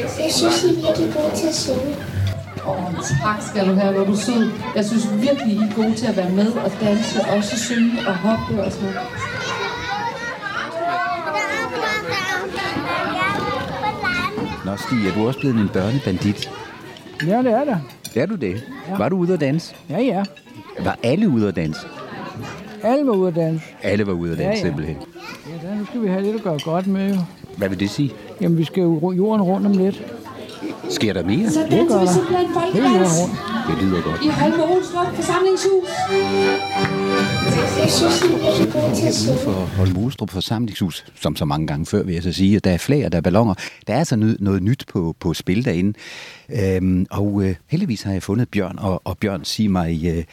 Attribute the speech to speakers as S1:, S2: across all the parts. S1: Jeg synes, I er virkelig gode til at synge.
S2: Åh, tak skal du have, hvor er du sød. Jeg synes virkelig, I er gode til at være med og danse, og også synge og hoppe og sådan noget.
S3: Nå, Stig, er du også blevet en børnebandit?
S4: Ja, det er det.
S3: Er du det? Ja. Var du ude at danse?
S4: Ja, ja.
S3: Var alle ude at danse?
S4: Alle var ude at danse.
S3: Alle var ude at danse, ja,
S4: Ja, ja.
S3: ja. simpelthen.
S4: Ja, nu skal vi have lidt at gøre godt med. jo.
S3: Hvad vil det sige?
S4: Jamen, vi skal jo ru- jorden rundt om lidt.
S3: Sker der mere?
S2: Så danser vi simpelthen
S4: Hele
S2: folkedans
S4: jorden rundt.
S3: Det lyder godt.
S2: i Holme Olstrup forsamlingshus.
S1: Jeg synes, I er virkelig gode til at
S3: Ude
S1: synge.
S3: for Holm Olstrup forsamlingshus, som så mange gange før, vil jeg så sige, at der er flager, der er ballonger. Der er altså ny- noget nyt på, på spil derinde. Øhm, og øh, heldigvis har jeg fundet Bjørn, og, og Bjørn, sig mig, øh,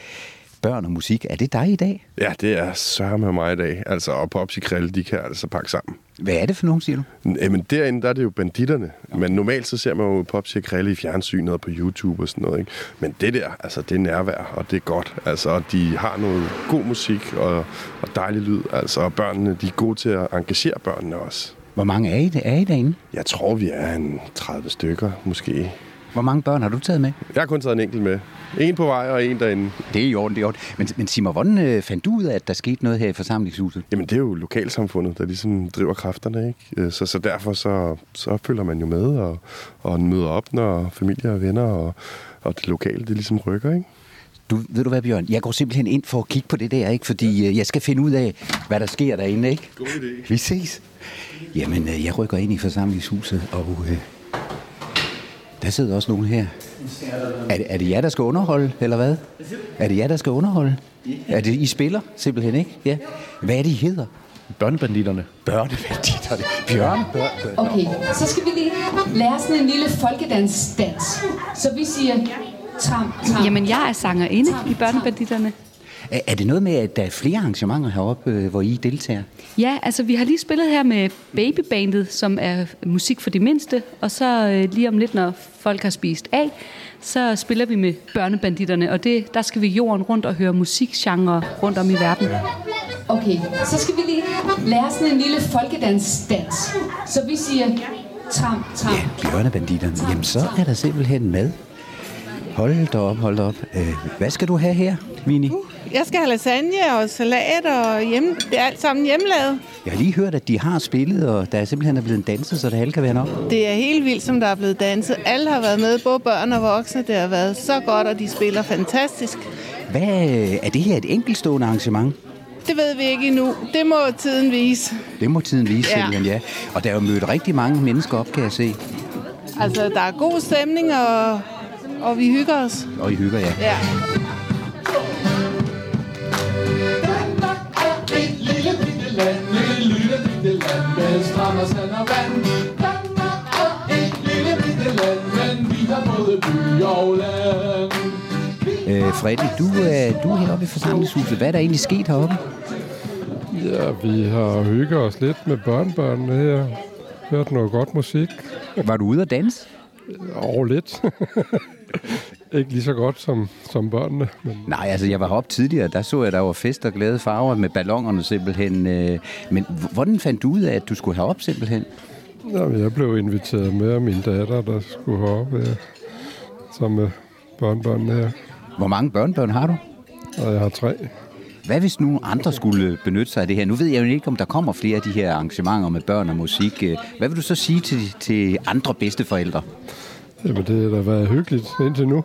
S3: børn og musik, er det dig i dag?
S5: Ja, det er sørme mig i dag. Altså, og Popsi Krille, de kan altså pakke sammen.
S3: Hvad er det for nogen, siger du?
S5: Jamen, derinde, der er det jo banditterne. Men normalt så ser man jo Popsi og Krille i fjernsynet og på YouTube og sådan noget, ikke? Men det der, altså, det er nærvær, og det er godt. Altså, og de har noget god musik og, og dejlig lyd. Altså, og børnene, de er gode til at engagere børnene også.
S3: Hvor mange er I, er I derinde?
S5: Jeg tror, vi er en 30 stykker, måske.
S3: Hvor mange børn har du taget med?
S5: Jeg har kun taget en enkelt med. En på vej og en derinde.
S3: Det er i orden, det er i orden. Men, men sig mig, hvordan øh, fandt du ud af, at der skete noget her i forsamlingshuset?
S5: Jamen, det er jo lokalsamfundet, der ligesom driver kræfterne, ikke? Øh, Så, så derfor så, så følger man jo med og, og møder op, når familie og venner og, og det lokale, det ligesom rykker, ikke?
S3: Du, ved du hvad, Bjørn? Jeg går simpelthen ind for at kigge på det der, ikke? Fordi øh, jeg skal finde ud af, hvad der sker derinde, ikke? God idé. Vi ses. Jamen, øh, jeg rykker ind i forsamlingshuset, og øh, der sidder også nogen her. Er det, er det jer, der skal underholde, eller hvad? Er det jer, der skal underholde? Er det, I spiller simpelthen, ikke? Ja. Hvad er det, I hedder?
S6: Børnebanditterne.
S3: Børnebanditterne. Bjørn?
S2: Okay, så skal vi lige lære sådan en lille folkedansdans. Så vi siger tram, tram.
S7: Jamen, jeg er sangerinde i Børnebanditterne.
S3: Er, er det noget med, at der er flere arrangementer heroppe, øh, hvor I deltager?
S7: Ja, altså vi har lige spillet her med Babybandet, som er musik for de mindste. Og så øh, lige om lidt, når folk har spist af, så spiller vi med Børnebanditterne. Og det, der skal vi jorden rundt og høre musikgenre rundt om i verden.
S2: Okay, så skal vi lige lære sådan en lille folkedansdans. Så vi siger tram, tram.
S3: Ja, bjørnebanditterne. Jamen, så er der simpelthen mad. Hold da op, hold da op. Øh, hvad skal du have her, Vini?
S8: Jeg skal have lasagne og salat, og hjemme, det er alt sammen hjemmelavet.
S3: Jeg har lige hørt, at de har spillet, og der er simpelthen er blevet en danser, så det hele kan være nok.
S8: Det er helt vildt, som der er blevet danset. Alle har været med, både børn og voksne. Det har været så godt, og de spiller fantastisk.
S3: Hvad, øh, er det her et enkeltstående arrangement?
S8: Det ved vi ikke endnu. Det må tiden vise.
S3: Det må tiden vise,
S8: Ja.
S3: simpelthen, ja. Og der er jo mødt rigtig mange mennesker op, kan jeg se.
S8: Altså, der er god stemning, og, og vi hygger os.
S3: Og I hygger jer.
S8: Ja.
S3: Øh, Freddy, du, øh, du er heroppe i forsamlingshuset. Hvad er der egentlig sket heroppe?
S9: Ja, vi har hygget os lidt med børnebørnene her. Hørt noget godt musik.
S3: Var du ude at danse?
S9: Og lidt. Ikke lige så godt som, som børnene, men
S3: Nej, altså jeg var heroppe tidligere, der så jeg, der var fest og glade farver med ballongerne simpelthen. øh, Men h- hvordan fandt du ud af, at du skulle herop simpelthen?
S9: jamen, jeg blev inviteret med af min datter, der skulle heroppe ja, sammen med børnebørnene her.
S3: Hvor mange børnebørn har du?
S9: Og jeg har tre.
S3: Hvad hvis nu andre skulle benytte sig af det her? Nu ved jeg jo ikke, om der kommer flere af de her arrangementer med børn og musik. øh. Hvad vil du så sige til, til andre bedsteforældre?
S9: Jamen, det har da været hyggeligt indtil nu,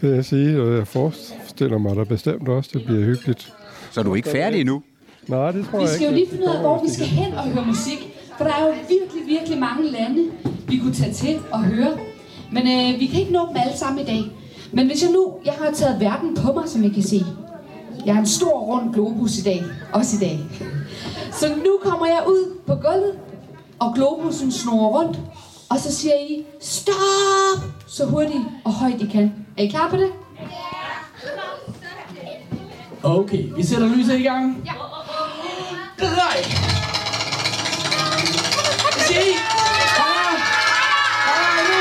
S9: vil jeg sige. Og jeg forestiller mig da bestemt også, det bliver hyggeligt.
S3: Så er du ikke færdig endnu?
S9: Nej, det tror
S2: Vi
S9: jeg
S2: skal jo
S9: ikke.
S2: lige finde ud af, hvor vi skal hen og høre musik. For der er jo virkelig, virkelig mange lande, vi kunne tage til og høre. Men øh, vi kan ikke nå dem alle sammen i dag. Men hvis jeg nu, jeg har taget verden på mig, som I kan se. Jeg har en stor rund globus i dag, også i dag. Så nu kommer jeg ud på gulvet, og globusen snurrer rundt. Og så siger I, stop, så hurtigt og højt I kan. Er I klar på det?
S6: Okay, vi sætter lyset i gang. Ja. Drej! Se! Kom her! Kom her nu!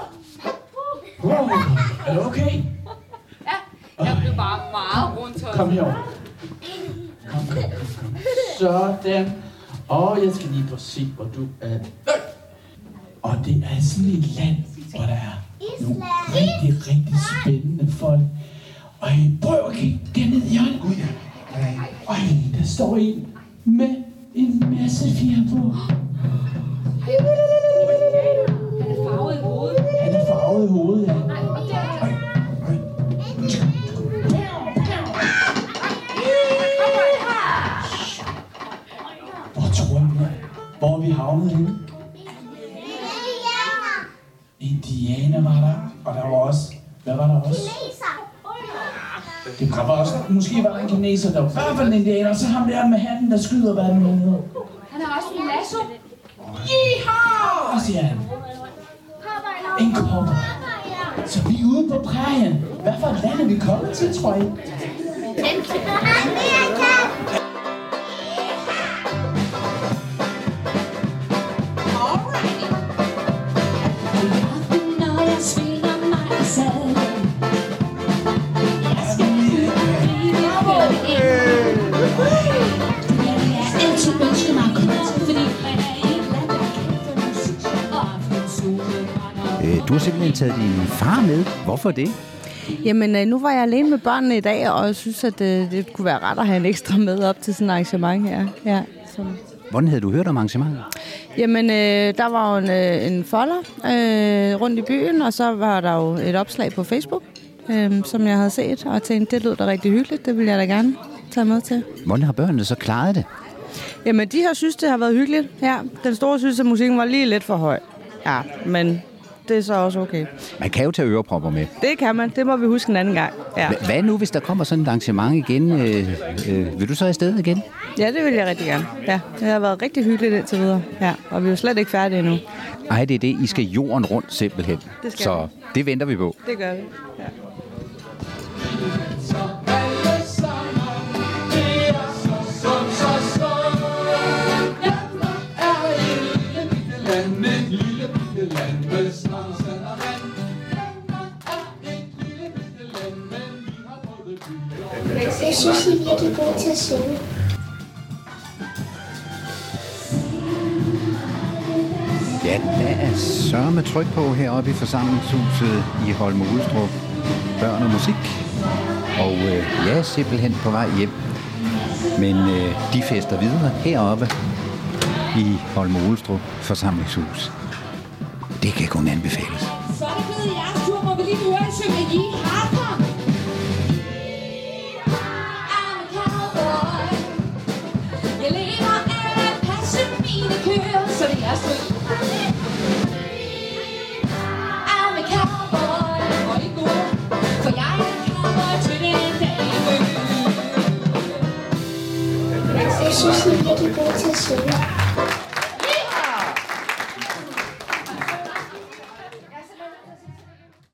S6: Kom her nu! Wow, Er du okay? Ja, jeg blev bare meget rundt. Kom herover. Kom, kom, kom, kom. Sådan. Og jeg skal lige prøve at se, hvor du er. Øh. Og det er sådan et land, hvor der er nogle rigtig, rigtig spændende folk. Og prøv at kigge dernede i hjørnet. Og der står en med en masse fjer på.
S2: Han er farvet i hovedet.
S6: Han er farvet i hovedet, ja. Hvor tror jeg, hvor er vi havnet henne? Indiana var der, og der var også, hvad var der også? Det var også, måske var der en kineser, der var i hvert fald en indianer, og så ham der med hatten, der skyder, hvad den nu hedder.
S2: Han har også en lasso.
S6: Yeehaw, siger han. En kopper. Så vi er ude på prærien. Hvad for et land er vi kommet til, tror jeg?
S3: Øh, du har simpelthen taget din far med. Hvorfor det?
S10: Jamen, øh, nu var jeg alene med børnene i dag, og jeg synes, at øh, det kunne være rart at have en ekstra med op til sådan et arrangement her. Ja, så.
S3: Hvordan havde du hørt om arrangementet?
S10: Jamen, øh, der var jo en, øh, en folder øh, rundt i byen, og så var der jo et opslag på Facebook, øh, som jeg havde set, og tænkte, det lød da rigtig hyggeligt, det ville jeg da gerne tage med til.
S3: Hvordan har børnene så klaret det?
S10: Jamen, de har synes, det har været hyggeligt. Ja, den store synes, at musikken var lige lidt for høj. Ja, men det er så også okay.
S3: Man kan jo tage ørepropper med.
S10: Det kan man. Det må vi huske en anden gang. Ja,
S3: Hva- Hvad nu, hvis der kommer sådan et arrangement igen? Øh, øh, vil du så afsted igen?
S10: ja det vil jeg rigtig gerne. Ja, det har været rigtig hyggeligt indtil videre. Ja, og vi er jo slet ikke færdige endnu.
S3: Ej, det er det. I skal jorden rundt simpelthen.
S10: Det skal
S3: så det venter vi på.
S10: Det gør vi. Ja.
S1: Jeg synes, I er virkelig gode til at synge.
S3: Ja, der er sørme tryk på heroppe i forsamlingshuset i Holm Ulstrup. Børn og musik. Og øh, jeg er simpelthen på vej hjem. Men øh, de fester videre heroppe i Holm Ulstrup forsamlingshus. Det kan kun anbefales.
S2: Så er det blevet jeres tur, hvor vi lige vil høre, at synge Yeehaw fra. I'm a cowboy. Jeg lever af at passe mine køer, så det er jeres tur. I'm a cowboy, og I er gode, for jeg er en cowboy til den dag, jeg dør.
S1: Jeg synes, I er virkelig gode til at synge.